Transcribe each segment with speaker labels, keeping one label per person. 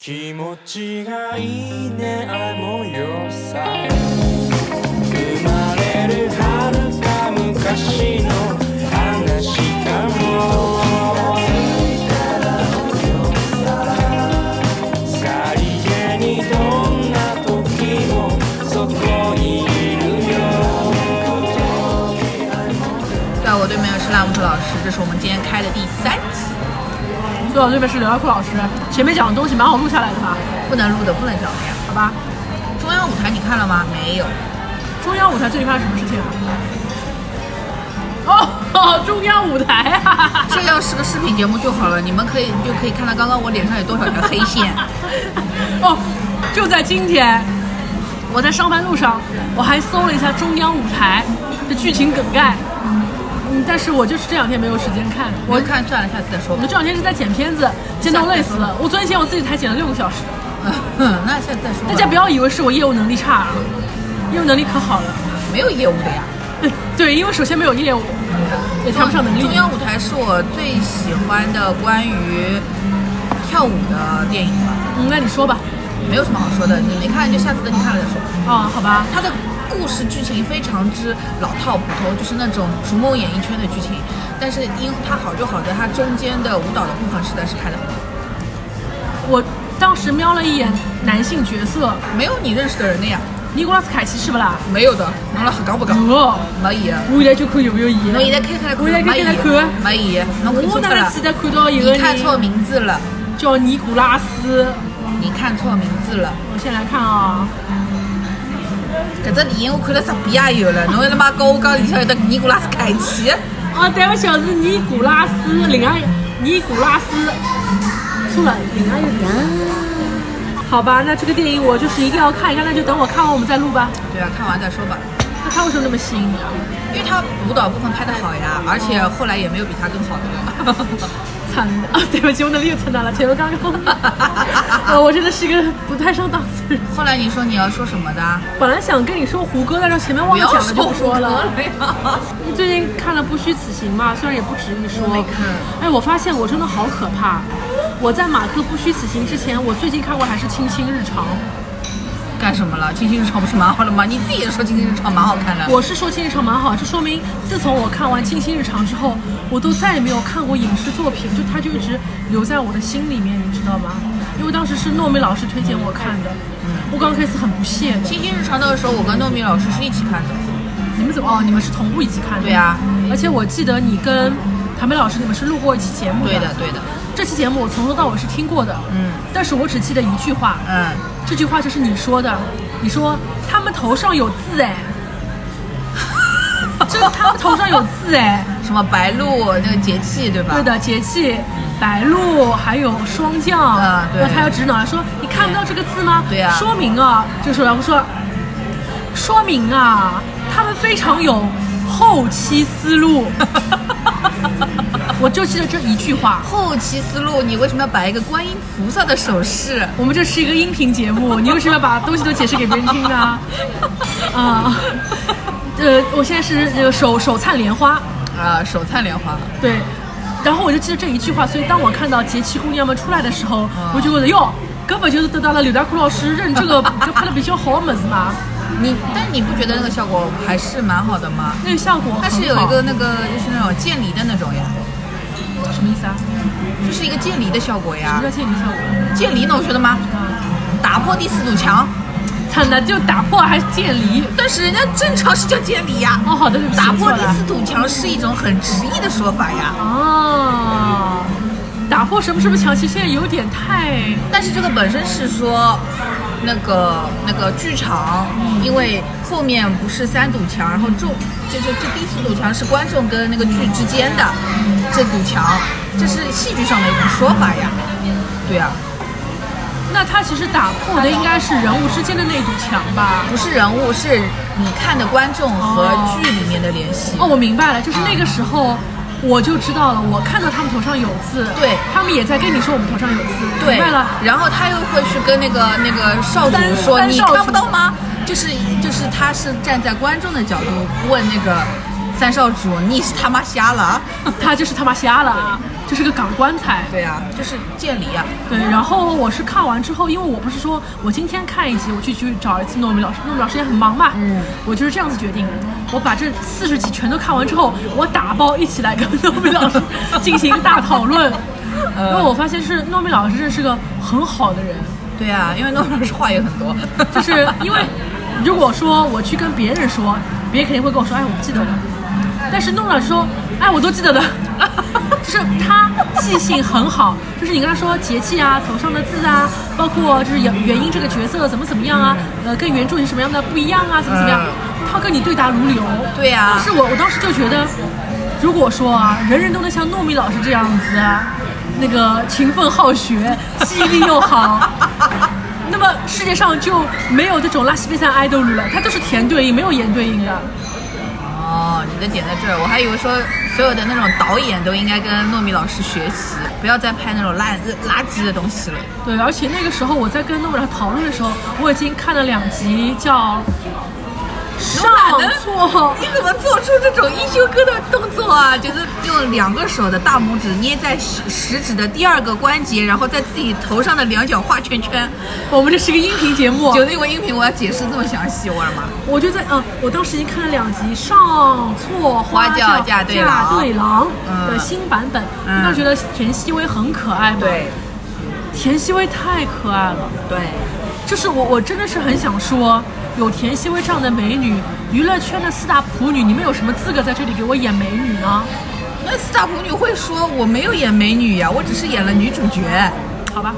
Speaker 1: 気持ちがいいね愛もよさ生まれる遥か昔の話かもさりげにどんな時もそこにいるよ
Speaker 2: 在我对面是辣木老师，这是我们今天开的第三期，
Speaker 3: 坐我对面是刘耀库老师，前面讲的东西蛮好录下来的吧？
Speaker 2: 不能录的不能讲的呀。
Speaker 3: 好吧，
Speaker 2: 中央舞台你看了吗？没有，
Speaker 3: 中央舞台最近发生什么事情了？哦， 中央舞台啊！
Speaker 2: 这要是个视频节目就好了，你们可以就可以看到刚刚我脸上有多少条黑 线。
Speaker 3: 哦，就在今天，我在上班路上，我还搜了一下中央舞台的剧情梗概，嗯，但是我就是这两天没有时间看，
Speaker 2: 我
Speaker 3: 我
Speaker 2: 看算了，下次再说吧
Speaker 3: 我。这两天是在剪片子，剪到累死了。我昨天剪我自己才剪了六个小时，
Speaker 2: 嗯，那下次再说吧。
Speaker 3: 大家不要以为是我业务能力差啊，业务能力可好了。
Speaker 2: 没有业务的呀。
Speaker 3: 对，因为首先没有业务，也谈不上能力。
Speaker 2: 中央舞台是我最喜欢的关于跳舞的电影吧，
Speaker 3: 嗯，那你说吧。
Speaker 2: 没有什么好说的，你没看就下次等你看了再说。
Speaker 3: 哦，好吧，
Speaker 2: 它的故事剧情非常之老套普通，就是那种逐梦演艺圈的剧情。但是因它好就好在它中间的舞蹈的部分实在是拍的很好，
Speaker 3: 我当时瞄了一眼男性角色，
Speaker 2: 没有你认识的人的呀，
Speaker 3: 尼古拉斯凯奇是不啦？
Speaker 2: 没有的，侬了很高不高？
Speaker 3: 哦，
Speaker 2: 没有，
Speaker 3: 我现在就看有没有伊。
Speaker 2: 侬现在开开来
Speaker 3: 我现在
Speaker 2: 看，没
Speaker 3: 开
Speaker 2: 有
Speaker 3: 开来看，，
Speaker 2: 没有，侬看
Speaker 3: 我
Speaker 2: 错
Speaker 3: 哪
Speaker 2: 脱
Speaker 3: 能
Speaker 2: 了
Speaker 3: 记，得看到有个
Speaker 2: 你看错
Speaker 3: 人
Speaker 2: 名字了，
Speaker 3: 叫尼古拉斯？
Speaker 2: 你看错名字了。
Speaker 3: 我先来看啊、
Speaker 2: 搿只电影我看了十遍也有了，侬还他妈跟我讲里向有得尼古拉斯凯奇，
Speaker 3: 哦，对不起，是尼古拉斯，另外尼古拉斯错了，另外一个人。好吧，那这个电影我就是一定要看一看，那就等我看完我们再录吧。
Speaker 2: 对啊，看完再说吧，
Speaker 3: 那他为什么那么吸引你啊？
Speaker 2: 因为他舞蹈部分拍得好呀，而且后来也没有比他更好的了。
Speaker 3: 惨啊！对不起，我能力又惨淡了，前面刚刚，呃，我真的是一个不太上档次的人。
Speaker 2: 后来你说你要说什么的？
Speaker 3: 本来想跟你说胡歌，但是前面忘
Speaker 2: 不
Speaker 3: 了
Speaker 2: 要
Speaker 3: 讲了就
Speaker 2: 说
Speaker 3: 不说了。
Speaker 2: 了呀！
Speaker 3: 你 最近看了《不虚此行》吗？虽然也不值一说。
Speaker 2: 我没看
Speaker 3: 哎，我发现我真的好可怕。我在马克《不虚此行》之前，我最近看过还是《卿卿日常》。
Speaker 2: 干什么了？《青青日常》不是蛮好的吗？你自己也说《青青日常》蛮好看的。
Speaker 3: 我是说《卿卿日常》蛮好，这说明自从我看完《卿卿日常》之后，我都再也没有看过影视作品，就它就一直留在我的心里面，你知道吗？因为当时是糯米老师推荐我看的，我刚开始很不屑的
Speaker 2: 《青青日常》那个时候，我跟糯米老师是一起看的。
Speaker 3: 你们怎么？哦，你们是同步一起看的？
Speaker 2: 对啊。
Speaker 3: 而且我记得你跟谭梅老师，你们是录过一期节目
Speaker 2: 对
Speaker 3: 的。
Speaker 2: 的，对的。
Speaker 3: 这期节目我从头到尾是听过的，
Speaker 2: 嗯
Speaker 3: 但是我只记得一句话，
Speaker 2: 嗯，
Speaker 3: 这句话就是你说的，你说他们头上有字 哎，这他们头上有字哎，
Speaker 2: 什么白鹿那个节气对吧？
Speaker 3: 对。的，节气。白鹿还有霜降，
Speaker 2: 啊对
Speaker 3: 然后他要指哪说你看不到这个字吗？
Speaker 2: 对啊
Speaker 3: 说明啊，这时候然后说，说明啊，他们非常有后期思路。 我就记得这一句话，
Speaker 2: 后期思路，你为什么要摆一个观音菩萨的手势？
Speaker 3: 我们这是一个音频节目，你为什么要把东西都解释给别人听呢？ 啊，呃，我现在是这个手手灿莲花，
Speaker 2: 啊，手灿莲花。
Speaker 3: 对。然后我就记得这一句话，所以当我看到《节气姑娘们》出来的时候，
Speaker 2: 嗯
Speaker 3: 我就觉得哟，根本就是得到了刘大库老师认这个 这拍的比较好的么子嘛，
Speaker 2: 你，但你不觉得那个效果还是蛮好的吗？
Speaker 3: 那个效果
Speaker 2: 它
Speaker 3: 很
Speaker 2: 是有
Speaker 3: 好
Speaker 2: 一个那个就是那种渐离的那种呀，
Speaker 3: 什么意思啊？
Speaker 2: 就是一个渐离的效果
Speaker 3: 什
Speaker 2: 呀
Speaker 3: 么叫。建立效果？
Speaker 2: 渐离能学的吗？打破第四堵墙，
Speaker 3: 惨的就打破还是建立？
Speaker 2: 但是人家正常是叫渐离呀。
Speaker 3: 哦，好的，对不起，
Speaker 2: 打
Speaker 3: 我错
Speaker 2: 破第
Speaker 3: 了
Speaker 2: 四堵墙是一种很直译的说法呀。
Speaker 3: 哦，打破什么什么墙，其实现在有点太。
Speaker 2: 但是这个本身是说，那个那个剧场，因为后面不是三堵墙，然后众就就这第四堵墙是观众跟那个剧之间的这堵墙，这是戏剧上的一种说法呀。对啊，
Speaker 3: 那他其实打破的应该是人物之间的那堵墙吧？
Speaker 2: 不是人物，是你看的观众和剧里面的联系。
Speaker 3: 哦，我明白了，就是那个时候我就知道了，我看到他们头上有字，
Speaker 2: 对
Speaker 3: 他们也在跟你说我们头上有字，
Speaker 2: 对
Speaker 3: 明白了。，
Speaker 2: 然后他又会去跟那个那个少主
Speaker 3: 三
Speaker 2: 说：“
Speaker 3: 三
Speaker 2: 你
Speaker 3: 少
Speaker 2: 看
Speaker 3: 主
Speaker 2: 不到吗？”就是就是，他是站在观众的角度问那个三少主，你是他妈瞎了啊！
Speaker 3: 他就是他妈瞎了啊，这是个港棺材。
Speaker 2: 对啊，就是见离啊。
Speaker 3: 对，然后我是看完之后，因为我不是说我今天看一集，我去去找一次糯米老师，糯米老师也很忙嘛，嗯，我就是这样子决定，我把这四十集全都看完之后，我打包一起来跟糯米老师 进行大讨 论，
Speaker 2: 呃
Speaker 3: 因为我发现是糯米老师真是个很好的人，
Speaker 2: 对啊，因为那老师话也很多，
Speaker 3: 就是因为如果说我去跟别人说，别人肯定会跟我说，哎，我不记得了，但是糯米老师说，哎，我都记得的。 就是他记性很好，就是你跟他说节气啊、头上的字啊，包括就是元元婴这个角色怎么怎么样啊，呃，跟原著有什么样的不一样啊，怎么怎么样，他跟你对答如流。
Speaker 2: 对啊
Speaker 3: 但是我我当时就觉得，如果说啊，人人都能像糯米老师这样子，啊那个勤奋好学，记忆力又好。那么世界上就没有这种拉西比赛爱豆了，它都是甜对应，没有盐对应的。
Speaker 2: 哦，你的点在这儿，我还以为说所有的那种导演都应该跟糯米老师学习，不要再拍那种烂垃圾的东西了。
Speaker 3: 对，而且那个时候我在跟诺兰讨论的时候，我已经看了两集叫《上错
Speaker 2: 你怎么做出这种一休哥的动作啊？就是用两个手的大拇指捏在食食指的第二个关节，然后在自己头上的两角画圈圈。》，
Speaker 3: 我们这是个音频节 目，啊
Speaker 2: 就那个音频，我要解释这么详细，我的妈！
Speaker 3: 我就在嗯，我当时已经看了两集《上错
Speaker 2: 花
Speaker 3: 轿
Speaker 2: 轿
Speaker 3: 嫁
Speaker 2: 嫁
Speaker 3: 对
Speaker 2: 对郎
Speaker 3: 郎》
Speaker 2: 嗯
Speaker 3: 的新版本，
Speaker 2: 嗯
Speaker 3: 我当时觉得田曦薇很可爱嘛，，田曦薇太可爱了，
Speaker 2: 对，
Speaker 3: 就是我我真的是很想说，有田曦薇这样的美女，娱乐圈的四大普女，你们有什么资格在这里给我演美女呢？
Speaker 2: 那四大普女会说我没有演美女呀、啊我只是演了女主角。
Speaker 3: 好吧，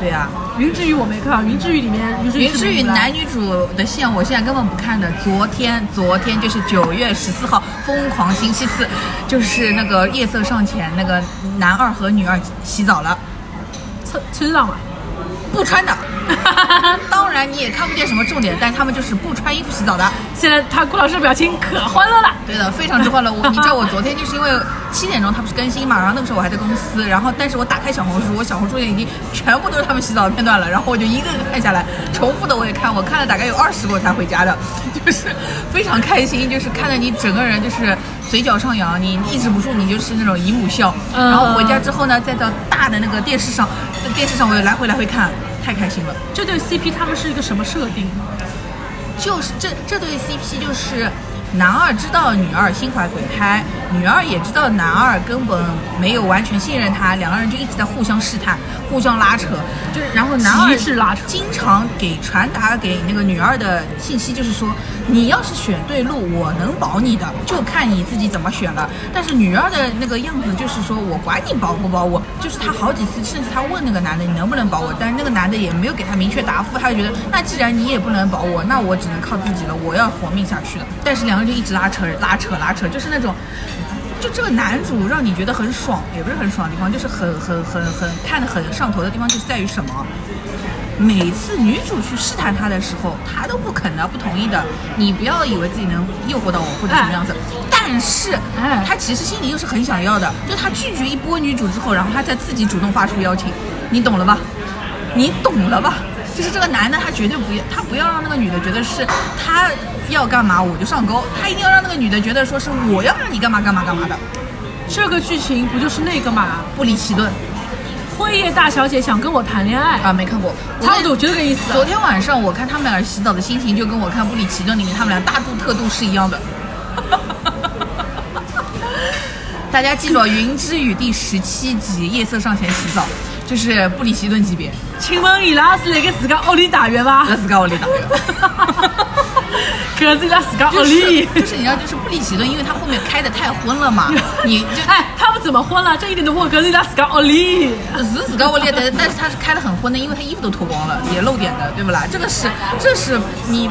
Speaker 2: 对啊呀、
Speaker 3: 云之羽我没看，云之羽里面云之羽
Speaker 2: 云
Speaker 3: 是
Speaker 2: 之羽
Speaker 3: 女的
Speaker 2: 男女主的线我现在根本不看的。昨天，昨天就是九月十四号，疯狂星期四，就是那个夜色尚浅，那个男二和女二洗澡了，
Speaker 3: 村村长嘛，
Speaker 2: 不穿的。 当然你也看不见什么重点，但他们就是不穿衣服洗澡的。
Speaker 3: 现在他顾老师的表情可欢乐了。
Speaker 2: 对的，非常之欢乐。我你知道我昨天就是因为七点钟他不是更新嘛，然后那个时候我还在公司，然后但是我打开小红书，我小红书已经全部都是他们洗澡的片段了，然后我就一个一个看下来，重复的我也看，我看了大概有二十个我才回家的， 就是非常开心，就是看着你整个人就是嘴角上扬，你抑制不住，你就是那种姨母笑。
Speaker 3: 嗯
Speaker 2: 然后回家之后呢，再到大的那个电视上，电视上我也来回来回看，太开心了。
Speaker 3: 这对 CP 他们是一个什么设定？
Speaker 2: 就是这这对 CP 就是男二知道女二心怀鬼胎，女二也知道男二根本没有完全信任他，两个人就一直在互相试探、互相拉扯。就是然后男二
Speaker 3: 极致拉扯
Speaker 2: 经常给传达给那个女二的信息就是说，你要是选对路，我能保你的，就看你自己怎么选了。但是女二的那个样子就是说我管你保不保我，就是她好几次，甚至她问那个男的你能不能保我，但是那个男的也没有给她明确答复，她就觉得那既然你也不能保我，那我只能靠自己了，我要活命下去了。但是两个人就一直拉扯、拉扯、拉扯，就是那种。就这个男主让你觉得很爽，也不是很爽的地方，就是很很很很看得很上头的地方，就是在于什么？每次女主去试探他的时候，他都不肯的、不同意的。你不要以为自己能诱惑到我或者什么样子，但是
Speaker 3: 哎
Speaker 2: 他其实心里又是很想要的。就他拒绝一波女主之后，然后他再自己主动发出邀请，你懂了吧？你懂了吧？就是这个男的，他绝对不要，他不要让那个女的觉得是他要干嘛我就上钩，他一定要让那个女的觉得说是我要让你干嘛干嘛干嘛的，
Speaker 3: 这个剧情不就是那个嘛？
Speaker 2: 不离其论
Speaker 3: 辉夜大小姐想跟我谈恋爱，
Speaker 2: 啊！没看过，
Speaker 3: 差不多就这个意思啊
Speaker 2: 昨。天晚上我看他们俩洗澡的心情，就跟我看《布里奇顿》里面他们俩大度特度是一样的。 大家记住啊，《云之羽》第十七集《夜色尚浅》洗澡，就是布里奇顿级别。
Speaker 3: 请问伊拉是来给自家屋里打圆伐
Speaker 2: 那？自噶我领导。
Speaker 3: 搿是伊拉自家屋
Speaker 2: 就是
Speaker 3: 里。
Speaker 2: 就是你知道，就是布里奇顿，因为他后面开的太昏了嘛，你就
Speaker 3: 哎，他们怎么婚了？这一点都不会，搿是伊拉自家屋里。
Speaker 2: 是自噶我列呃的，但是他是开的很昏的，因为他衣服都脱光了，也露点的，对不啦？这个是这是你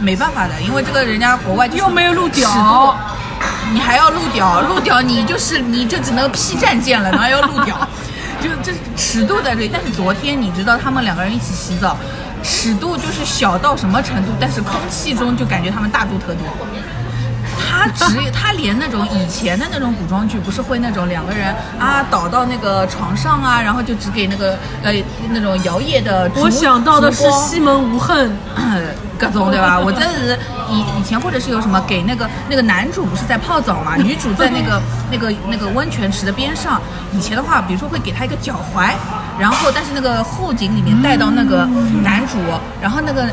Speaker 2: 没办法的，因为这个人家国外就是
Speaker 3: 又没有露
Speaker 2: 尺
Speaker 3: 屌
Speaker 2: 度， 你还要露屌，露屌你就是你就只能 P 战舰了，哪有露屌？ 就这尺度在这里，但是昨天你知道他们两个人一起洗澡，尺度就是小到什么程度，但是空气中就感觉他们大度特度。他只他连那种以前的那种古装剧，不是会那种两个人啊倒到那个床上啊，然后就只给那个呃那种摇曳的烛
Speaker 3: 我想到的是
Speaker 2: 烛光
Speaker 3: 西门无恨，
Speaker 2: 各种对吧？我真的是以以前或者是有什么给那个那个男主不是在泡澡嘛，女主在那 个那个那个温泉池的边上。以前的话，比如说会给他一个脚踝，然后但是那个后颈里面带到那个
Speaker 3: 嗯
Speaker 2: 男主，然后那个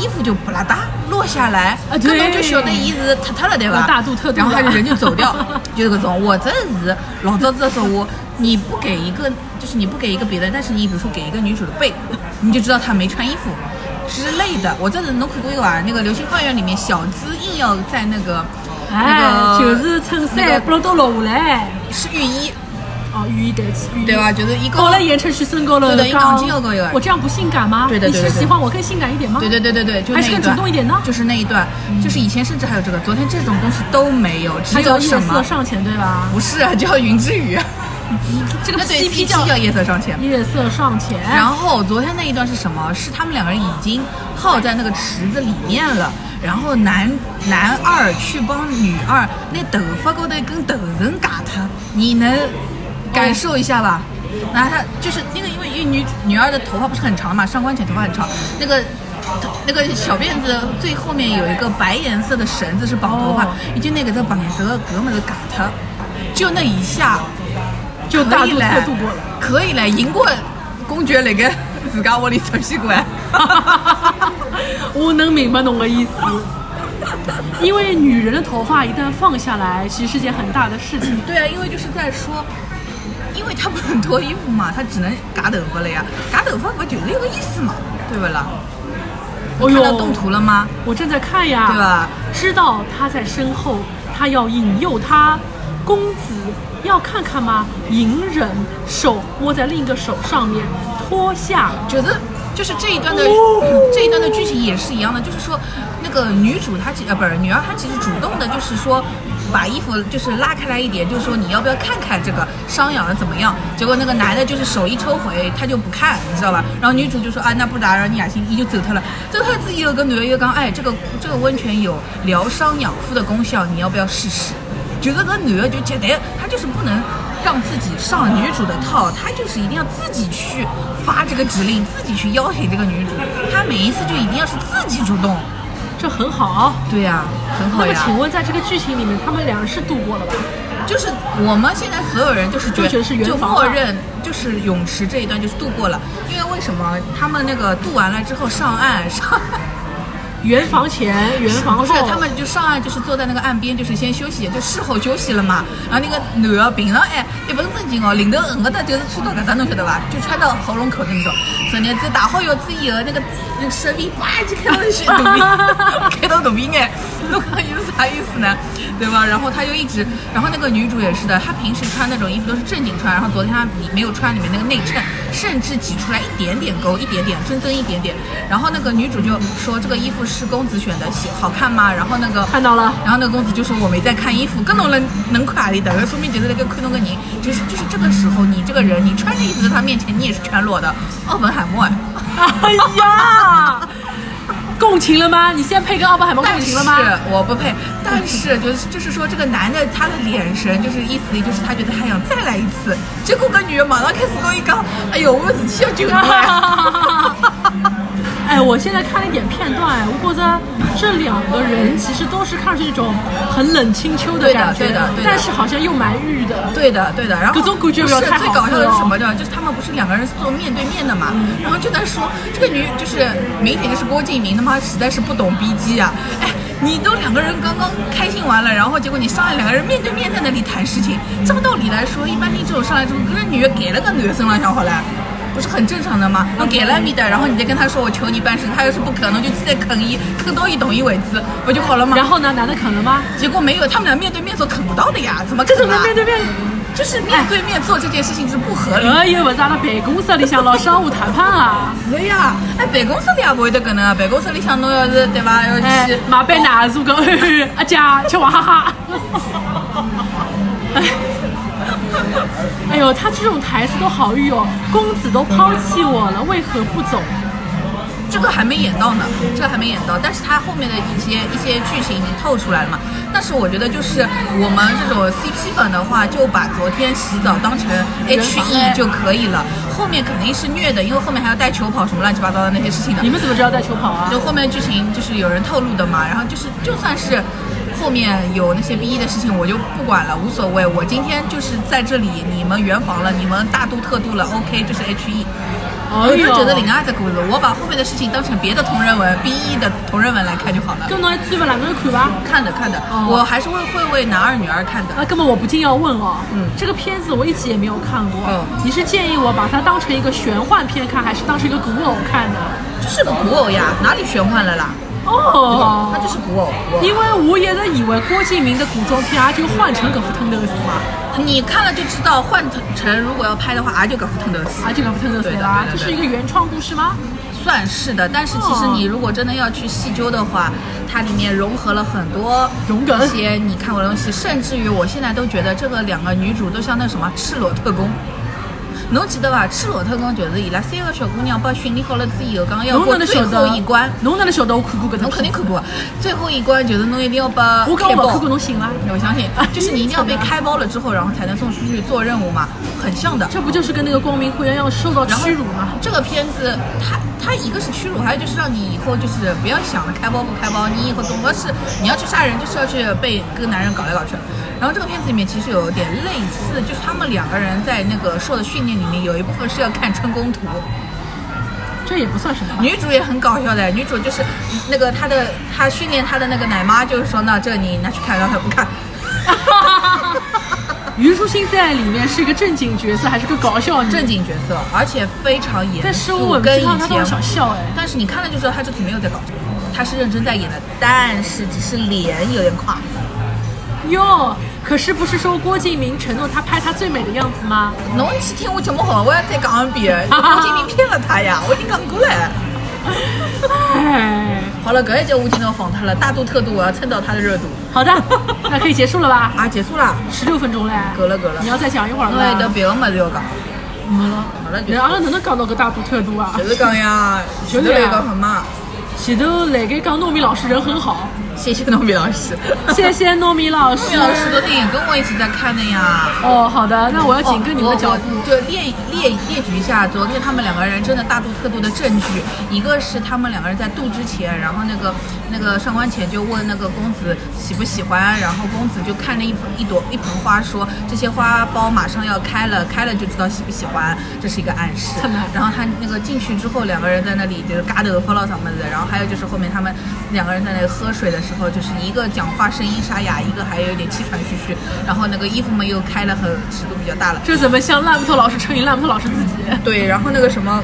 Speaker 2: 衣服就不拉哒落下来，
Speaker 3: 啊
Speaker 2: 搿
Speaker 3: 对
Speaker 2: 侬就晓得伊是塌塌了对吧？
Speaker 3: 大肚特肚
Speaker 2: 然后他
Speaker 3: 了
Speaker 2: 人就走掉， 就这种。我真的是老早子的时候，我你不给一个，就是你不给一个别的，但是你比如说给一个女主的背， 你就知道她没穿衣服之类的。我真的侬看过一个啊，那个《流星花园》里面，小资硬要在那个
Speaker 3: 哎
Speaker 2: 那，个
Speaker 3: 就是衬
Speaker 2: 那
Speaker 3: 衫
Speaker 2: 个
Speaker 3: 不能都落下来，
Speaker 2: 是浴衣，
Speaker 3: 哦，浴衣对浴衣
Speaker 2: 对吧？？就是一个
Speaker 3: 高了言承旭升高了
Speaker 2: 对的一
Speaker 3: 高
Speaker 2: 杠精又高又矮
Speaker 3: 我这样不性感吗？
Speaker 2: 对的对的
Speaker 3: 你
Speaker 2: 对
Speaker 3: 是
Speaker 2: 的
Speaker 3: 喜欢我更性感一点吗？
Speaker 2: 对对对对对，就那
Speaker 3: 还是
Speaker 2: 一
Speaker 3: 更
Speaker 2: 段
Speaker 3: 主动一点呢嗯
Speaker 2: 就是那一段，就是以前甚至还有这个，昨天这种东西都没有，只
Speaker 3: 他叫
Speaker 2: 有
Speaker 3: 夜
Speaker 2: 什
Speaker 3: 色
Speaker 2: 么？
Speaker 3: 上前，对吧？
Speaker 2: 不是啊，叫云之羽，
Speaker 3: 这个
Speaker 2: 那对
Speaker 3: CP
Speaker 2: CP
Speaker 3: 叫
Speaker 2: 叫夜色上前。
Speaker 3: 夜色上前，
Speaker 2: 然后昨天那一段是什么？是他们两个人已经泡在那个池子里面了，然后男男二去帮女二那头发高头一根头绳夹他，你能感受一下吧？然后他就是那个，因为因为女女二的头发不是很长嘛，上官浅头发很长，那个。那个小辫子最后面有一个白颜色的绳子是绑头发
Speaker 3: 哦，
Speaker 2: 伊就那个在绑头发，搿么子夹他，就那一下，
Speaker 3: 就大
Speaker 2: 可以
Speaker 3: 度
Speaker 2: 嘞
Speaker 3: 特度过了。，
Speaker 2: 可以嘞，赢过公爵那个自家窝里擦屁股 哎。
Speaker 3: 我能明白侬的意思，因为女人的头发一旦放下来，其实是件很大的事情。
Speaker 2: 对啊，因为就是在说，因为他不能脱衣服嘛，他只能夹头发了呀，夹头发不就是一个意思嘛，对不啦？我
Speaker 3: 哎
Speaker 2: 看
Speaker 3: 呦
Speaker 2: 到动图了吗？
Speaker 3: 我正在看呀，
Speaker 2: 对吧？
Speaker 3: 知道他在身后，他要引诱他，公子要看看吗？隐忍，手摸在另一个手上面，脱下。
Speaker 2: 觉得就是这一段的、这一段的剧情也是一样的，就是说那个女主她其呃不是女儿她其实主动的，就是说把衣服就是拉开来一点，就是说你要不要看看这个伤痒的怎么样？结果那个男的就是手一抽回，他就不看，你知道吧？然后女主就说啊那不打扰你雅欣，你就走掉了。走掉自己有个女的又讲哎这个这个温泉有疗伤养肤的功效，你要不要试试？觉得个女的就绝对，她就是不能让自己上女主的套，她就是一定要自己去发这个指令，自己去要挟这个女主，她每一次就一定要是自己主动。
Speaker 3: 这很好。啊
Speaker 2: 对呀、很好
Speaker 3: 那么，
Speaker 2: 呀。
Speaker 3: 请问在这个剧情里面，他们两人是度过了吧？
Speaker 2: 就是我们现在所有人就是觉
Speaker 3: 都觉得是圆
Speaker 2: 就
Speaker 3: 房
Speaker 2: 默
Speaker 3: 啊
Speaker 2: 认就是泳池这一段就是度过了，因为为什么他们那个渡完了之后上岸上。
Speaker 3: 圆房前，圆房
Speaker 2: 不
Speaker 3: 后，
Speaker 2: 是，他们就上岸就是坐在那个岸边，就是先休息，就事后休息了嘛。然后那个男的平常哎一本正经哦，领头横个的就是穿到搿搭，侬晓得伐？就穿到喉咙口的那种。昨天子打好药子以后，那个那个舌皮叭就开到血肚皮，开到哎肚皮眼，侬讲伊是啥意思呢？对吧？然后他就一直，然后那个女主也是的，她平时穿那种衣服都是正经穿，然后昨天她没有穿里面那个内衬，甚至挤出来一点点沟，一点点，真真一点点。然后那个女主就说这个衣服是公子选的，喜好看吗？然后那个
Speaker 3: 看到了
Speaker 2: 然后那个公子就说我没在看衣服，跟侬能能看阿里的？说明就是那个看侬个人，就是就是这个时候你这个人，你穿着衣服在他面前你也是全裸的，奥本海默哎。
Speaker 3: 哎呀，共情了吗？你现在配跟奥本海默共
Speaker 2: 但
Speaker 3: 情
Speaker 2: 哎是
Speaker 3: 了吗？
Speaker 2: 我不配，但是就是就是说，这个男的他的眼神就是意思就是他觉得还想再来一次，结果搿女的马上开始跟我一讲，哎呦，我事体要救了。
Speaker 3: 哎，我现在看了一点片段，哎，我觉着这两个人其实都是看上去一种很冷清秋
Speaker 2: 对
Speaker 3: 的
Speaker 2: 的
Speaker 3: 感觉，
Speaker 2: 对的对的
Speaker 3: 但是好像又蛮欲的。
Speaker 2: 对的，对的。然后
Speaker 3: 各种
Speaker 2: 不
Speaker 3: 感觉不
Speaker 2: 是
Speaker 3: 要太
Speaker 2: 最
Speaker 3: 好
Speaker 2: 搞笑的是
Speaker 3: 喝哦
Speaker 2: 什么呢？就是他们不是两个人是坐面对面的嘛，
Speaker 3: 嗯
Speaker 2: 然后就在说这个女就是明显就是郭敬明他妈实在是不懂逼机啊！哎，你都两个人刚刚开心完了，然后结果你上来两个人面对面在那里谈事情，照道理来说，一般你这种上来之后，跟个女的给了个女的身上想好来。不是很正常的吗？我给了你的，然后你再跟他说我求你办事，他要是不可能就再坑一坑到一懂一为止，不就好了吗？
Speaker 3: 然后呢，男的啃了吗？
Speaker 2: 结果没有，他们俩面对面做啃不到的呀，怎么啃
Speaker 3: 怎么
Speaker 2: 啊
Speaker 3: 面对面？
Speaker 2: 就是面对面做这件事情是不合理
Speaker 3: 哎呦，不是阿拉办公室里向老商务谈判啊！
Speaker 2: 的呀。哎，办公室里也不会得搿能啊，办公室里向侬要是对伐，要
Speaker 3: 哎
Speaker 2: 去，
Speaker 3: 买杯奶茶 个，阿姐吃娃哎哈哈。哎，哎呦，他这种台词都好欲哦，公子都抛弃我了，为何不走？
Speaker 2: 这个还没演到呢，这个还没演到，但是他后面的一些一些剧情已经透出来了嘛。但是我觉得就是我们这种 CP 粉的话，就把昨天洗澡当成
Speaker 3: 人防哎
Speaker 2: HE 就可以了。后面肯定是虐的，因为后面还要带球跑什么乱七八糟的那些事情的
Speaker 3: 你。们怎么知道带球跑啊？
Speaker 2: 就后面剧情就是有人透露的嘛，然后就是就算是后面有那些 B E 的事情，我就不管了，无所谓。我今天就是在这里，你们圆房了，你们大度特度了，OK，这是 H E。
Speaker 3: 哎
Speaker 2: 我就
Speaker 3: 呦
Speaker 2: 觉得领阿在鬼子，我把后面的事情当成别的同人文 B E 的同人文来看就好了。
Speaker 3: 咁侬还追勿啦？侬有看伐？
Speaker 2: 看的看的，
Speaker 3: 哦
Speaker 2: 我还是会会为男二女儿看的。
Speaker 3: 啊，根本我不禁要问哦，
Speaker 2: 嗯
Speaker 3: 这个片子我一集也没有看过，
Speaker 2: 嗯
Speaker 3: 你是建议我把它当成一个玄幻片看，还是当成一个古偶看呢？
Speaker 2: 这是个古偶呀，哪里玄幻了啦？
Speaker 3: 哦，
Speaker 2: 那就是古偶。古
Speaker 3: 因为我也在以为郭敬明的古装片啊就换成搿副腾斗死嘛，
Speaker 2: 偶你看了就知道，换成如果要拍的话，啊就个福腾的死。
Speaker 3: 啊就搿副腾斗死啦，
Speaker 2: 对的对的
Speaker 3: 这是一个原创故事吗？
Speaker 2: 算是的，但是其
Speaker 3: 哦
Speaker 2: 实你如果真的要去细究的话，它里面融合了很多
Speaker 3: 融梗
Speaker 2: 一些你看过的东西，甚至于我现在都觉得这个两个女主都像那什么赤裸特工。侬记得伐？赤裸特工就是伊拉三个小姑娘被训练好了之后，讲要
Speaker 3: 侬
Speaker 2: 过
Speaker 3: 哪能
Speaker 2: 最
Speaker 3: 晓
Speaker 2: 后
Speaker 3: 得
Speaker 2: 一关，？
Speaker 3: 侬哪能晓得我看过搿只？
Speaker 2: 侬肯定看。过。最后一关就是侬一定要把
Speaker 3: 我讲
Speaker 2: 开
Speaker 3: 我
Speaker 2: 爆
Speaker 3: 没看过，侬信伐？
Speaker 2: 我相信，就是你一定要被
Speaker 3: 哎真的啊
Speaker 2: 开包了之后，然后才能送出去做任务嘛，很像的。
Speaker 3: 这不就是跟那个光明会一样要受到
Speaker 2: 然后
Speaker 3: 屈辱吗？
Speaker 2: 这个片子，它它一个是屈辱，还有就是让你以后就是不要想着开包不开包，你以后总归是你要去杀人，就是要去呃被跟男人搞来搞去。然后这个片子里面其实有点类似，就是他们两个人在那个受的训练里面，有一部分是要看春宫图。
Speaker 3: 这也不算什么吧。
Speaker 2: 女主也很搞笑的，女主就是那个她的她训练她的那个奶妈，就是说那这你拿去看，然后她不看。
Speaker 3: 虞书欣在里面是一个正经角色，还是个搞笑女？
Speaker 2: 正经角色，而且非常严肃，
Speaker 3: 在生我
Speaker 2: 跟
Speaker 3: 们
Speaker 2: 以
Speaker 3: 上，她都
Speaker 2: 前
Speaker 3: 会想笑哎。
Speaker 2: 但是你看了就知道他这次没有在搞这个，他是认真在演的，但是只是脸有点垮。
Speaker 3: 哟，可是不是说郭敬明承诺他拍他最美的样子吗？
Speaker 2: 侬去听我节目好，我要再讲一 遍，吴敬明骗了他呀，我已经讲过了。
Speaker 3: 哎，
Speaker 2: 好了，搿一节吴京要放他了，大度特度我要蹭到他的热度
Speaker 3: 好的， 那可以结束了吧？
Speaker 2: 啊，结束啦，
Speaker 3: 十六分钟嘞，
Speaker 2: 够了够了
Speaker 3: 你，要再讲一会儿
Speaker 2: 因为得
Speaker 3: 吗？
Speaker 2: 别个么子要讲，
Speaker 3: 没了。
Speaker 2: 好了就
Speaker 3: 然后哪能讲到个大度特度啊？
Speaker 2: 就是讲呀，
Speaker 3: 就是是呀
Speaker 2: 讲什么？
Speaker 3: 前头来给讲糯米老师人很好，
Speaker 2: 谢谢糯米老 师，
Speaker 3: 谢谢糯米老
Speaker 2: 糯
Speaker 3: 师
Speaker 2: 米。老师昨天也跟我一起在看的呀。哦
Speaker 3: 哦，好的，那我要紧跟你们的脚步。
Speaker 2: 嗯就列列列举一下，昨天他们两个人真的大度特度的证据，一个是他们两个人在度之前，然后那个那个上官浅就问那个公子喜不喜欢，然后公子就看着一盆一朵一盆花说，这些花苞马上要开了，开了就知道喜不喜欢，这是一个暗示
Speaker 3: 真的。
Speaker 2: 然后他那个进去之后，两个人在那里就是嘎的发牢什么的，然后还有就是后面他们两个人在那里喝水的时候，就是一个讲话声音沙哑，一个还有点气喘吁吁，然后那个衣服嘛又开了很尺度比较大了。
Speaker 3: 这怎么像烂木头老师乘以烂木头老师自己？
Speaker 2: 对，然后那个什么，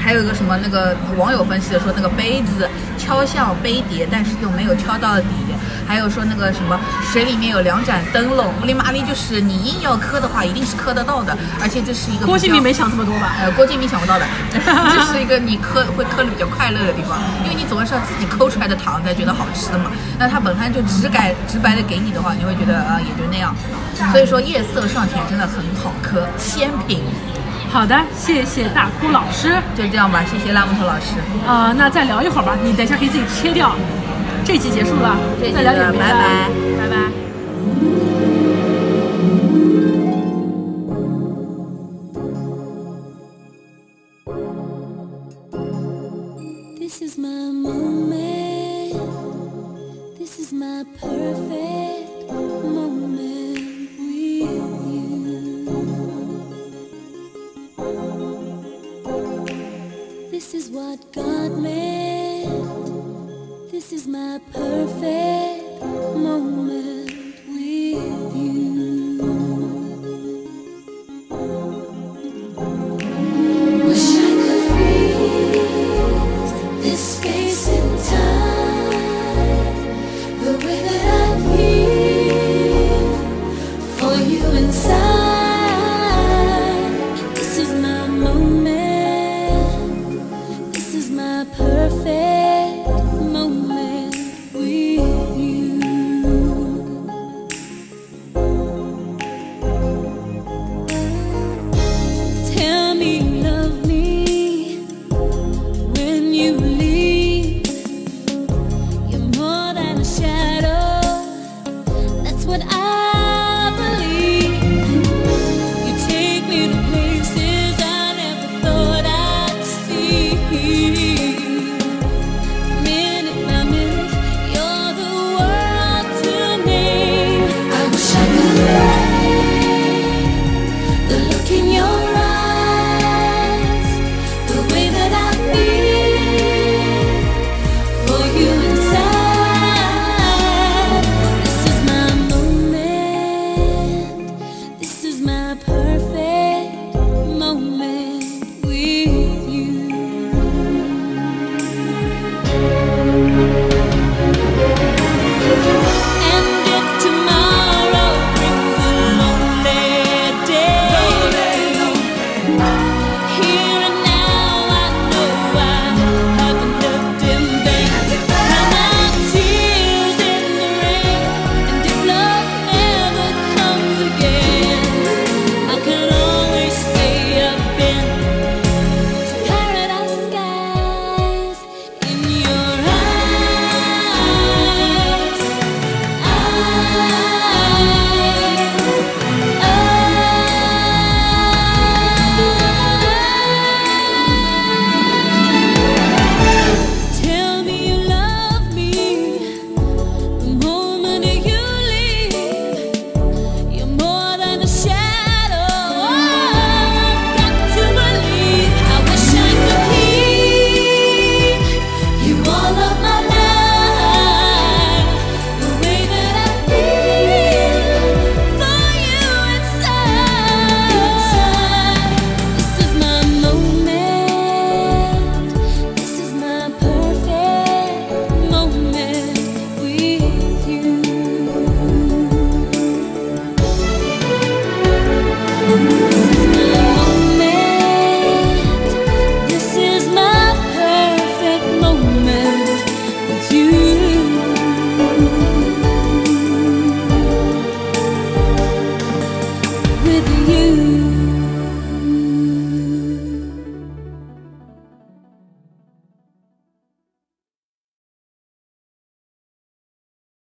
Speaker 2: 还有一个什么，那个网友分析的说，那个杯子敲向杯碟，但是又没有敲到底。还有说那个什么，水里面有两盏灯笼，乌里麻里就是你硬要磕的话，一定是磕得到的，而且这是一个比
Speaker 3: 郭敬
Speaker 2: 较
Speaker 3: 明没想这么多吧？
Speaker 2: 呃，郭敬明想不到的， 这是一个你磕会磕的比较快乐的地方，因为你总是要自己抠出来的糖才觉得好吃的嘛。那它本身就直改直白的给你的话，你会觉得啊、呃也就那样。所以说夜色上前真的很好磕，鲜品。
Speaker 3: 好的，谢谢大哭老师。
Speaker 2: 就这样吧，谢谢烂木头老师，
Speaker 3: 啊、那再聊一会儿吧，你等一下可以自己切掉。这集结束了，
Speaker 2: 这集
Speaker 3: 再聊点
Speaker 2: 了
Speaker 3: 别的
Speaker 2: 拜拜，
Speaker 3: 拜拜。
Speaker 4: This is my moment. This is my perfect moment with you. This is what God meant. This is my perfect moment.